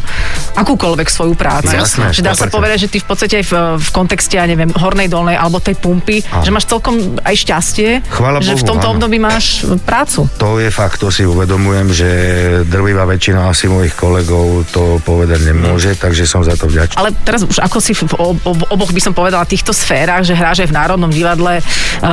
B: akúkoľvek svoju prácu.
E: No jasné,
B: že dá sa
E: 100%.
B: povedať, že ty v podstate aj v, v kontexte, ja neviem, hornej, dolnej alebo tej pumpy,
E: Áno.
B: že máš celkom aj šťastie,
E: Chvála
B: že v
E: Bohu,
B: tomto
E: áno.
B: období máš prácu.
E: To je fakt, to si uvedomujem, že drvivá väčšina asi mojich kolegov to povedať nemôže, takže som za to vďačný.
B: Ale teraz už ako si v, ob- ob- oboch by som povedala týchto sférach, že hráš aj v Národnom divadle e,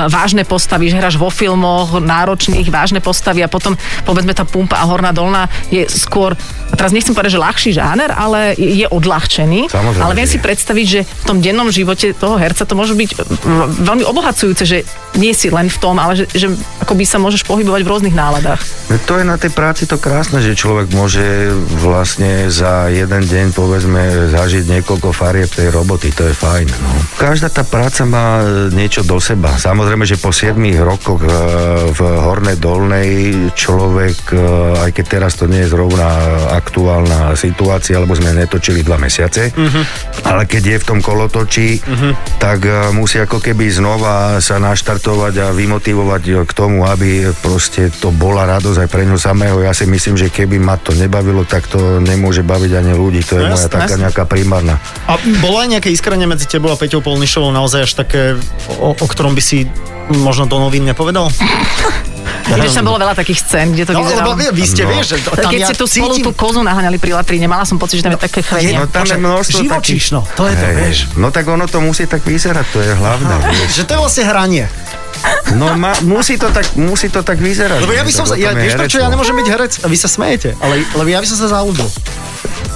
B: vážne postavy, že hráš vo filmoch náročných vážne postavy a potom povedzme tá pumpa a horná dolná je skôr, a teraz nechcem povedať, že ľahší žáner, ale je je odľahčený.
E: Samozrejme,
B: ale viem
E: že
B: si
E: je.
B: predstaviť, že v tom dennom živote toho herca to môže byť e, v- veľmi obohacujúce, že nie si len v tom, ale že, že akoby sa môžeš pohybovať v rôznych náladách.
E: To je na tej práci to krásne, že človek môže vlastne za jeden deň, povedzme, zažiť niekoľko farieb tej roboty, to je fajn. No. Každá tá práca má e, niečo do seba. Samozrejme, že po 7 rokoch e, v Hornej Dolnej človek, e, aj keď teraz to nie je zrovna aktuálna situácia, lebo sme netočili dva mesiace, ale keď je v tom kolotočí,
A: Mhm.
E: tak e, musí ako keby znova sa naštartovať a vymotivovať e, k tomu, aby proste to bola radosť aj pre ňu samého. Ja si myslím, že keby ma to nebavilo, tak to nemôže baviť ani ľudí. To je
A: No
E: moja
A: jasné,
E: taká
A: jasné.
E: nejaká primárna.
A: A bolo aj nejaké iskrenie medzi tebou a Peťou Polnišovou naozaj až také, o, o ktorom by si možno do novín nepovedal?
B: Vieš, tam bolo veľa takých scén, kde to
A: No,
B: vyzeralo.
A: lebo vy, vy ste,
E: No.
A: vieš, že tam
B: Keď
A: ja
B: ste tu spolu
A: cítim...
B: tú kozu naháňali pri latrine, mala som pocit, že tam je také chrenie.
E: No tam
A: Počkaj,
E: je množstvo
A: živočíšno, to je to,
E: Hej,
A: vieš.
E: No tak ono to musí tak vyzerať, to je hlavné.
A: Že
E: vieš.
A: to je vlastne hranie.
E: No ma, musí, to tak, musí to tak vyzerať.
A: Lebo ja by som sa,
E: Lebo
A: ja,
E: tam je no.
A: vieš prečo ja
E: herectvo.
A: nemôžem byť herec? A vy sa smejete, ale lebo ja by som sa zaúbil.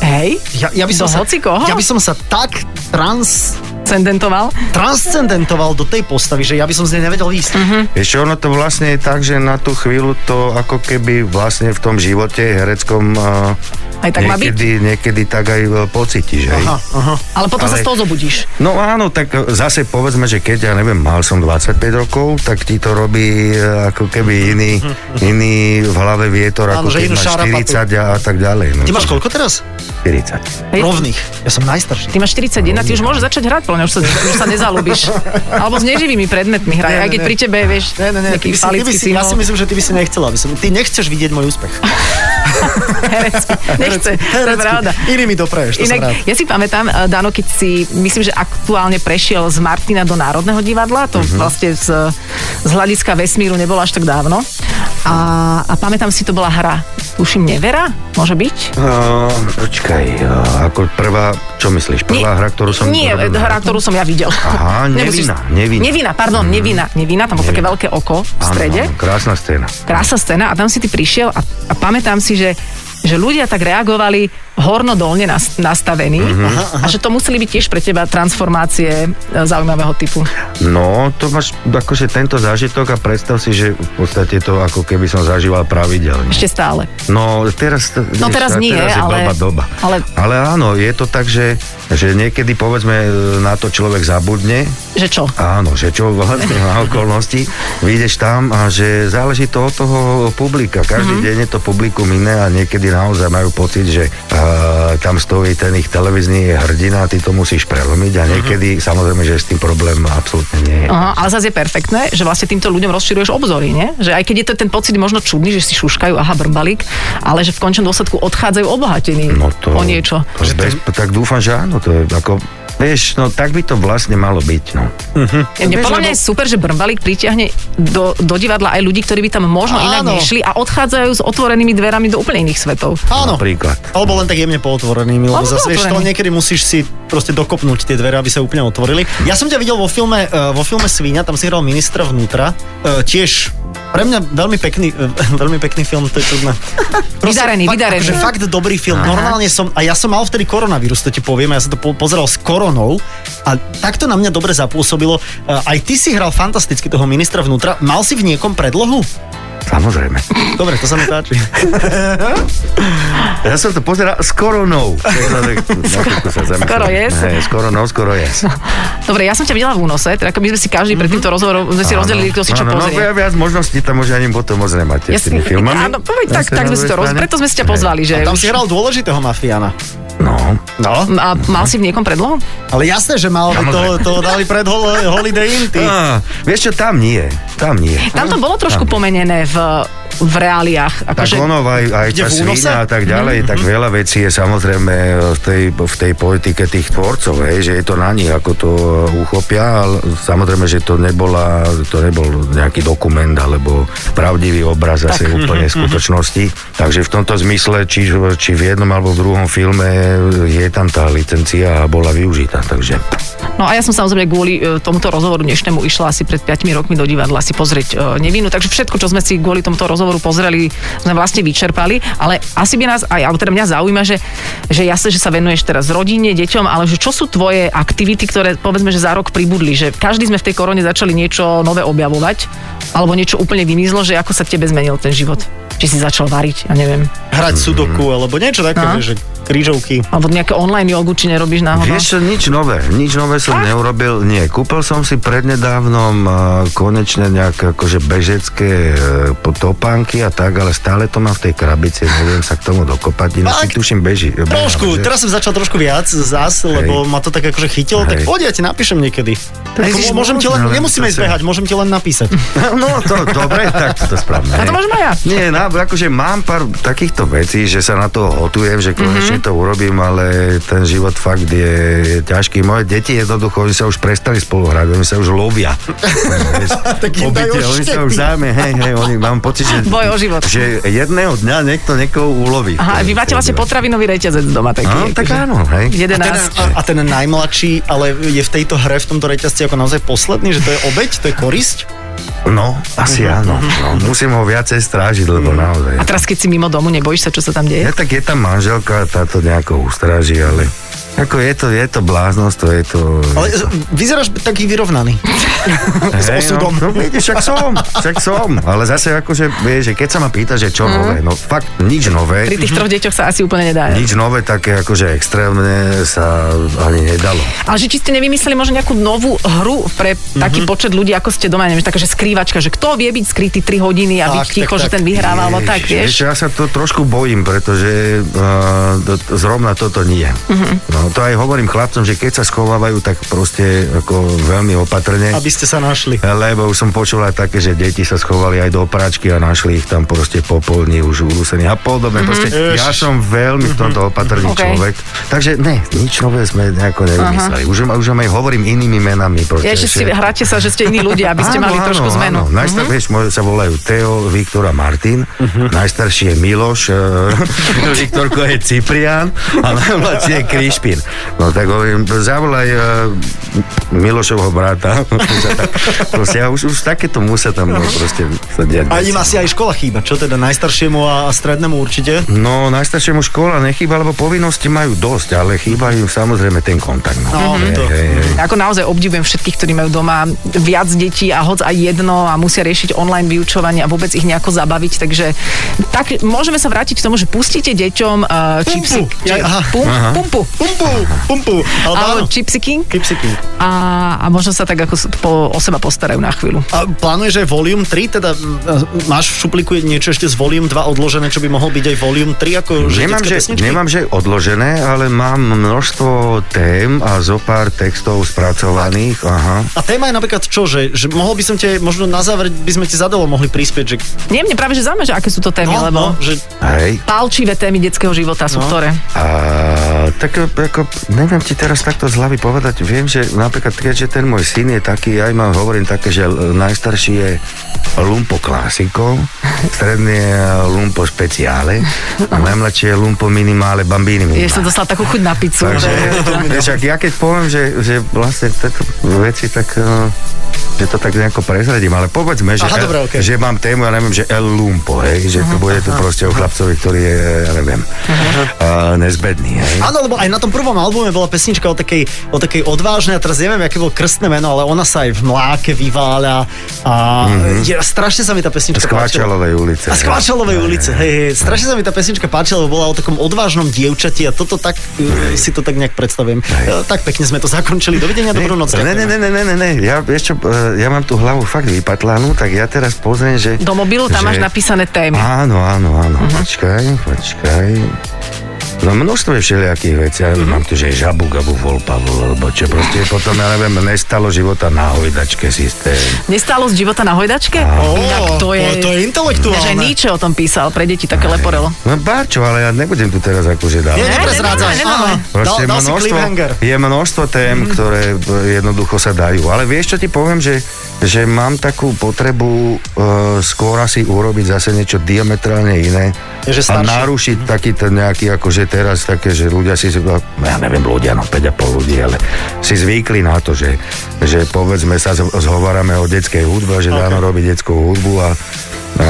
B: Hej,
A: Ja, ja by som
B: Do
A: sa,
B: hocikoho?
A: ja by som sa tak trans,
B: ascendentoval.
A: transcendentoval do tej postavy, že ja by som z nej nevedel výjsť.
B: Mhm.
A: Mm-hmm.
E: Ešte ono to vlastne je tak, že na tú chvíľu to ako keby vlastne v tom živote hereckom eh,
B: Aj tak má byť.
E: niekedy, niekedy tak aj eh, pocítiš. Hej?
A: Aha, aha.
B: Ale potom ale... sa
E: Ale-
B: z toho zobudíš.
E: No áno, tak eh, zase povedzme, že keď ja neviem, mal som 25 rokov, tak ti to robí eh, ako keby iný, iný v hlave vietor,
A: Mhm. Áno,
E: ako
A: že
E: keď
A: inú
E: máš
A: šarapatu.
E: 40 a, a tak ďalej. No,
A: Ty máš koľko teraz?
B: Hej.
E: 40.
A: Rovných. Ja som najstarší.
B: Ty máš 41, ty už môžeš začať hrať, plne, už sa, už sa nezalúbiš. Alebo s neživými predmetmi hraj,
A: Ne, ne,
B: aj keď
A: ne.
B: pri tebe, vieš,
A: Ne, ne, ne, ty
B: nejaký
A: by si, ty by
B: falický
A: si, ja si myslím, že ty by si nechcela, aby som, ty nechceš vidieť môj úspech.
B: herecký. Nechce, to je
A: Herecký.
B: pravda.
A: Iný mi dopraješ, to som rád.
B: Inak, ja si pamätám, eh, Dano, keď si, myslím, že aktuálne prešiel z Martina do Národného divadla, to
A: Mhm.
B: mm-hmm. vlastne z, z hľadiska vesmíru nebolo až tak dávno. A, a pamätám si, to bola hra, tuším, Nevera, môže byť?
E: Uh, počkaj, uh, ako prvá, čo myslíš, prvá hra, ktorú som...
B: Nie,
E: robil?
A: e,
B: hra, ktorú som ja videl.
E: Aha,
B: Nemusíš-
E: Nevina, Nevina.
B: Nevina, pardon, mm. nevina, nevina, tam bolo také
E: Nevina.
B: veľké oko v
E: Áno,
B: strede.
E: áno, krásna scéna.
B: Krásna scéna a tam si ty prišiel a, a pamätám si, že že ľudia tak reagovali horno-dolne nas- nastavení
E: Mhm.
B: mm-hmm. a že to museli byť tiež pre teba transformácie e, zaujímavého typu.
E: No, to máš akože tento zážitok a predstav si, že v podstate to ako keby som zažíval pravidelne.
B: Ešte stále.
E: No teraz, to-
B: No, teraz nie,
E: teraz je
B: ale-
E: blbá doba.
B: ale-
E: ale áno, je to tak, že, že niekedy povedzme na to človek zabudne,
B: Že čo?
E: áno, že čo vlastne na okolnosti, vyjdeš tam a že záleží to od toho publika.
B: Mhm.
E: Každý mm-hmm. deň je to publikum iné a niekedy naozaj majú pocit, že uh, tam stojí ten ich televízny hrdina a ty to musíš prelomiť
B: Mhm.
E: a niekedy mm-hmm. samozrejme, že s tým problém absolútne nie je.
B: Aha, ale zase je perfektné, že vlastne týmto ľuďom rozširuješ obzory, nie? Že aj keď je to ten pocit možno čudný, že si šuškajú, aha, brbalík, ale že v končnom dôsledku odchádzajú obohatení
E: No to,
B: o niečo.
E: To, že bez, tak dúfam, že áno, to je ako Vieš, no tak by to vlastne malo byť, no.
B: Mne podľa mňa je super, že Brmbalík pritiahne do, do divadla aj ľudí, ktorí by tam možno inak
A: Áno.
B: nešli a odchádzajú s otvorenými dverami do úplne iných svetov.
A: Áno.
E: Napríklad.
A: Alebo len tak jemne pootvorenými, lebo
B: Alebo
A: zase vieš, to
B: pootvorený.
A: niekedy musíš si proste dokopnúť tie dvere, aby sa úplne otvorili. Ja som ťa videl vo filme, eh, vo filme Svíňa, tam si hral ministra vnútra. Eh, Tiež pre mňa veľmi pekný, eh, veľmi pekný film, to je čudné.
B: Vydarený,
A: fakt,
B: vydarený.
A: Akože fakt dobrý film. Aha. Normálne som, a ja som mal vtedy koronavírus, to ti poviem, a ja som to po- pozeral s koronou a takto na mňa dobre zapôsobilo. Eh, Aj ty si hral fantasticky toho ministra vnútra. Mal si v niekom predlohu?
E: Samozrejme.
A: Dobre, to sa mi páči.
E: Ja som to pozeral s koronou.
B: Skoro
E: Skoro
B: yes.
E: Hej, skoro no, skoro yes.
B: Dobre, ja som ťa videla v únose, teda ako my sme si každý
A: Mhm.
B: pred týmto rozhovorom sme si rozdelili, kto si čo
E: Áno, no,
B: pozrie.
E: vi- viac možností tam už ani potom moc nemáte s tými filmami.
B: E, áno, poveď tak,
E: Zase
B: tak
E: na
B: sme si
E: druhej
B: to roz...
E: strane.
B: preto sme si ťa
E: Hej.
B: pozvali, že...
A: Tam
B: už-
A: si hral dôležitého mafiána.
E: No,
A: No.
B: A mal si v niekom predlohu?
A: Ale jasné, že mal, veď to, to dali pred hol, Holiday Inn, ty.
E: Á, vieš čo, tam nie, tam nie.
B: Tam to bolo trošku pomenené v, v reáliách.
E: Tak
B: Akože,
E: ono aj, aj
A: Kde
E: tá
A: v únose? Mhm,
E: svína a tak ďalej, tak veľa vecí je samozrejme v tej, v tej politike tých tvorcov, hej, že je to na nich, ako to uchopia, ale samozrejme, že to, nebola, to nebol nejaký dokument alebo pravdivý obraz asi úplne
A: Mhm,
E: skutočnosti. Takže v tomto zmysle, či, či v jednom alebo v druhom filme je tam tá licencia a bola využitá, takže...
B: no a ja som samozrejme kvôli e, tomuto rozhovoru dnešnému išla asi pred 5 rokmi do divadla si pozrieť e, nevinu, takže všetko, čo sme si kvôli tomuto rozhovoru pozreli, sme vlastne vyčerpali, ale asi by nás, aj, alebo teda mňa zaujíma, že, že jasne, že sa venuješ teraz rodine, deťom, ale že čo sú tvoje aktivity, ktoré povedzme, že za rok pribudli, že každý sme v tej korone začali niečo nové objavovať, alebo niečo úplne vymizlo, že ako sa tebe zmenil ten život? Či si začal variť, ja neviem.
A: Hrať sudoku, alebo niečo také,
B: No.
A: vieš, že krížovky.
B: Alebo nejaké online jogu, či nerobíš náhodou?
E: Vieš čo, nič nové, nič nové som neurobil, nie. Kúpil som si prednedávnom uh, konečne nejaké akože bežecké uh, topánky a tak, ale stále to mám v tej krabici, neviem sa k tomu dokopať, ináč si
A: Tak.
E: tuším beží.
A: Trošku,
E: bežám, že?
A: teraz som začal trošku viac zás, lebo ma to tak akože chytilo, tak
E: Hej.
A: poď, ja ti napíšem niekedy. Tak
E: si
A: môžem ti len,
E: možno, ale
A: nemusíme
E: to
A: ísť
E: sa-
A: behať, môžem ti len napísať.
E: No, to dobre, tak to správne.
B: A to
E: hej.
B: môžem aj ja.
E: Nie, na, akože mám pár takýchto vecí, že sa na to hotujem, že
B: Mhm.
E: konečne to urobím, ale ten život fakt je, je ťažký. Moje deti jednoducho, oni sa už prestali spolu hrať, oni sa už lovia.
A: Tak im dajú
E: Pobyte, oni sa
A: štepy.
E: už zájme, hej, hej, oni mám pocit, že,
B: Boj o život.
E: že jedného dňa niekto niekoho uloví.
B: Aha, vy máte vlastne potravinový reťazec doma taký.
E: No, tak
B: akože
E: áno, hej.
B: 11.
A: Ten, a, teda- a ten najmladší, ale je v tejto hre, v tomto reťazci ako naozaj posledný, že to je obeď, to je korisť.
E: No, asi áno. No, musím ho viacej strážiť, lebo naozaj.
B: Mhm. A teraz, keď si mimo domu, nebojíš sa, čo sa tam
E: Ja
B: deje?
E: tak je tam manželka, táto nejako ustráži, ale ako je to, je to bláznost, to je to...
A: Ale e, vyzeráš byť taký vyrovnaný.
E: s
A: osudom.
E: No, no vidíš, však som, však som. Ale zase akože, vieš, že keď sa ma pýta, že
B: Mhm.
E: čo nové, no fakt nič nové.
B: Pri tých troch deťoch sa asi úplne nedá.
E: Mhm. Nič nové také akože extrémne sa ani nedalo.
B: Ale že či ste nevymysleli možno nejakú novú hru pre
E: Mhm.
B: taký počet ľudí, ako ste doma, neviem, taká, že skrývačka, že kto vie byť skrytý 3 hodiny a
A: Tak,
B: byť
A: tak,
B: ticho, že
A: tak.
B: ten vyhráva, alebo tak, vieš?
E: Ja sa to trošku bojím, pretože uh, to, to- zrovna toto nie.
B: Mhm.
E: No to aj hovorím chlapcom, že keď sa schovávajú, tak proste ako veľmi opatrne.
A: Aby ste sa našli.
E: Lebo už som počul aj také, že deti sa schovali aj do práčky a našli ich tam proste popolní už ulúsení a podobne. Proste, ja
A: Ježiš.
E: som veľmi v tomto opatrný
B: Ok.
E: človek. Takže ne, nič nové sme nejako nevymysleli. Už, už aj hovorím inými menami. Proste,
B: Ja, že si
E: že-
B: hráte sa, že ste iní ľudia, aby ste mali trošku zmenu. Mhm.
E: Áno. Najstar, vieš, môj, sa volajú Teo, Viktor a Martin. Najstarší je Miloš, e, Viktorko je Ciprian a najmladší je Krišpin. No tak hovorím, zavolaj e, Milošovho brata. Sa tak- proste, ja už, už takéto musia tam no, proste sa diať.
A: A
E: veci.
A: im asi aj škola chýba, čo teda najstaršiemu a a strednému určite.
E: No, najstaršiemu škola nechýba, lebo povinnosti majú dosť, ale chýba im samozrejme ten kontakt.
A: No,
E: Hej,
A: to-
E: hej, hej.
B: Ja Ako naozaj obdivujem všetkých, ktorí majú doma viac detí a hoc aj jedno a musia riešiť online vyučovanie a vôbec ich nejako zabaviť. Takže tak môžeme sa vrátiť k tomu, že pustíte deťom uh, čipsy, či,
A: Ja- aha.
B: pum, pumpu.
A: Pumpu, pumpu. Ale áno.
B: Alebo Chipsy King
A: Tipsy King.
B: a, a možno sa tak ako s- po, o seba postarajú na chvíľu.
A: A plánuješ aj Volume 3, teda mm, máš v šupliku niečo ešte z Volume 2 odložené, čo by mohol byť aj Volume 3, ako že
E: Nemám
A: detské
E: že,
A: pesničky?
E: nemám, že odložené, ale mám množstvo tém a zo pár textov spracovaných. Aha.
A: A téma je napríklad čo, že, že mohol by som te, možno na záver by sme ti zadalo mohli prispieť, že,
B: Nie, mne práve že zaujíma, že aké sú to témy,
A: no,
B: lebo
A: no, že
E: Hej.
B: palčivé témy detského života sú ktoré.
E: A tak ako, neviem ti teraz takto z hlavy povedať. Viem, že napríklad, keďže ten môj syn je taký, ja im hovorím také, že l- najstarší je Lumpo Clásico, stredný je Lumpo Speciale a najmladší je Lumpo Minimale Bambini.
B: Ja
E: Minimale.
B: som dostala takú chuť na pizzu.
A: No,
E: Takže vieš, ak ja keď poviem, že, že vlastne tieto veci, tak eh, že to tak nejako prezradím, ale povedzme, že,
A: Aha, Mhm. dobre, okej.
E: že mám tému, ja neviem, že El Lumpo, hej, že to bude tu proste o chlapcovi, ktorý je, eh, ja neviem,
A: Mhm.
E: uh, nezbedný, hej.
A: Áno, lebo aj na tom prvom albume bola pesnička o takej, o takej odvážnej, a teraz neviem, aké bolo krstné meno, ale ona sa aj v mláke vyváľa a
E: Mhm.
A: mm-hmm. je, strašne sa mi tá pesnička
E: Z Kváčalovej ulice.
A: A z Kváčalovej
E: Hej,
A: ulice, hej, hej, strašne sa mi tá pesnička páčila, lebo bola o takom odvážnom dievčati a toto tak, e, si to tak nejak predstavujem. E, Tak pekne sme to zakončili, dovidenia, dobrú noc.
E: Ne, ne, ne, ne, ne, ne, ne, ja, vieš čo, eh, ja mám tú hlavu fakt vypatlanú, tak ja teraz pozriem, že...
B: Do mobilu tam
E: že-
B: máš napísané témy.
E: Áno, áno, áno,
A: Mhm.
E: počkaj, počkaj. No množstvo je všelijakých vecí, ja mám tu, že je žabu, gabu, volpavu, alebo čo, proste potom, ja neviem, nestalo života na hojdačke systém.
B: Nestálosť života na hojdačke?
A: Ó,
B: Inak to je...
A: to je intelektuálne.
B: Že Nietzsche o tom písal, pre deti také leporelo.
E: No báčo, ale ja nebudem tu teraz akože dávať.
A: Nie, neprezrádzaj.
B: nemáme, nemáme.
A: Áno, Dal,
E: Proste
A: dal si
E: množstvo,
A: cliffhanger. Mhm.
E: je množstvo tém, mm. ktoré b, jednoducho sa dajú. Ale vieš, čo ti poviem, že, že mám takú potrebu uh, skôr asi urobiť zase niečo diametrálne iné
A: Je, že
E: a
A: staršie.
E: narušiť mm. taký ten nejaký, akože teraz také, že ľudia si, no, ja neviem, ľudia, no 5,5 ľudí, ale si zvykli na to, že, že povedzme sa z- zhovárame o detskej hudbe, že okay. dáno robiť detskú hudbu a a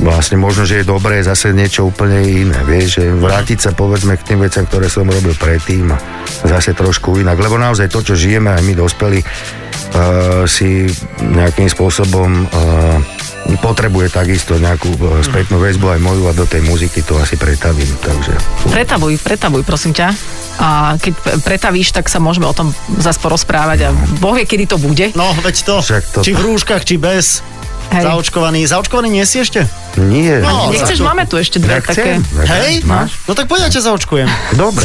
E: vlastne možno, že je dobré zase niečo úplne iné, vieš, že vrátiť sa povedzme k tým veciam, ktoré som robil predtým a zase trošku inak, lebo naozaj to, čo žijeme aj my dospelí, uh, si nejakým spôsobom uh, potrebuje takisto nejakú eh, spätnú väzbu aj moju a do tej muziky to asi pretavím, takže...
B: Pretavuj, pretavuj, prosím ťa. A keď p- pretavíš, tak sa môžeme o tom zase porozprávať a Boh vie, kedy to bude.
A: No, veď to.
E: Však to-
A: Či v rúškach, či bez.
B: Hej.
A: Zaočkovaný. Zaočkovaný nie si ešte?
E: Nie.
A: No,
B: Nechceš,
A: tak-
B: máme tu ešte dve
E: Ja
B: také.
E: chcem. tak
A: Hej?
E: Máš?
A: No tak poď, ja ťa zaočkujem.
E: Dobre.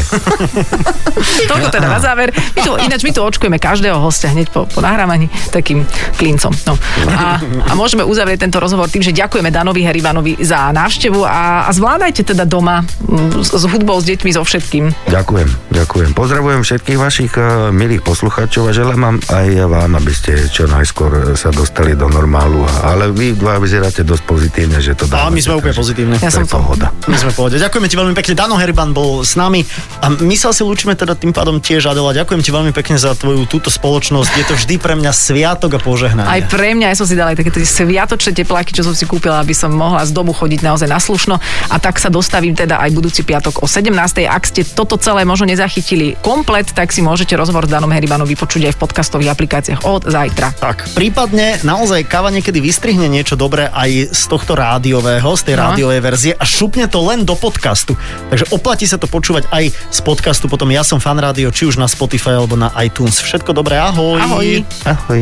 B: Toľko teda na záver. My tu, ináč my tu očkujeme každého hostia hneď po, po nahrávaní takým klincom. No. A, a môžeme uzavrieť tento rozhovor tým, že ďakujeme Danovi Herivanovi za návštevu a, a zvládajte teda doma mm, s, s hudbou, s deťmi, so všetkým.
E: Ďakujem, ďakujem. Pozdravujem všetkých vašich eh, milých poslucháčov a želám vám aj vám, aby ste čo najskôr eh, sa dostali do normálu. A- Ale vy dva vyzeráte dosť pozitívne, že to dá.
A: A my sme úplne pozitívne.
B: Ja
E: Ja
B: som
E: som
B: to-
E: pohoda.
A: My sme v pohode. Ďakujeme ti veľmi pekne. Dano Herban bol s nami a my sa asi lúčime teda tým pádom tiež, Adela. Ďakujem ti veľmi pekne za tvoju túto spoločnosť. Je to vždy pre mňa sviatok a požehnanie.
B: Aj pre mňa, ja som si dala aj také tie sviatočné tepláky, čo som si kúpila, aby som mohla z domu chodiť naozaj na slušno. A tak sa dostavím teda aj budúci piatok o 17. Ak ste toto celé možno nezachytili komplet, tak si môžete rozhovor s Danom Heribanom vypočuť aj v podcastových aplikáciách od zajtra.
A: Tak, prípadne naozaj káva niekedy vystrihne niečo dobré aj z tohto rádiového, z tej
B: No.
A: rádiovej verzie a šupne to len do podcastu. Takže oplatí sa to počúvať aj z podcastu, potom ja som fan rádio, či už na Spotify alebo na iTunes. Všetko dobré, ahoj.
B: Ahoj.
E: Ahoj.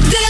F: Adela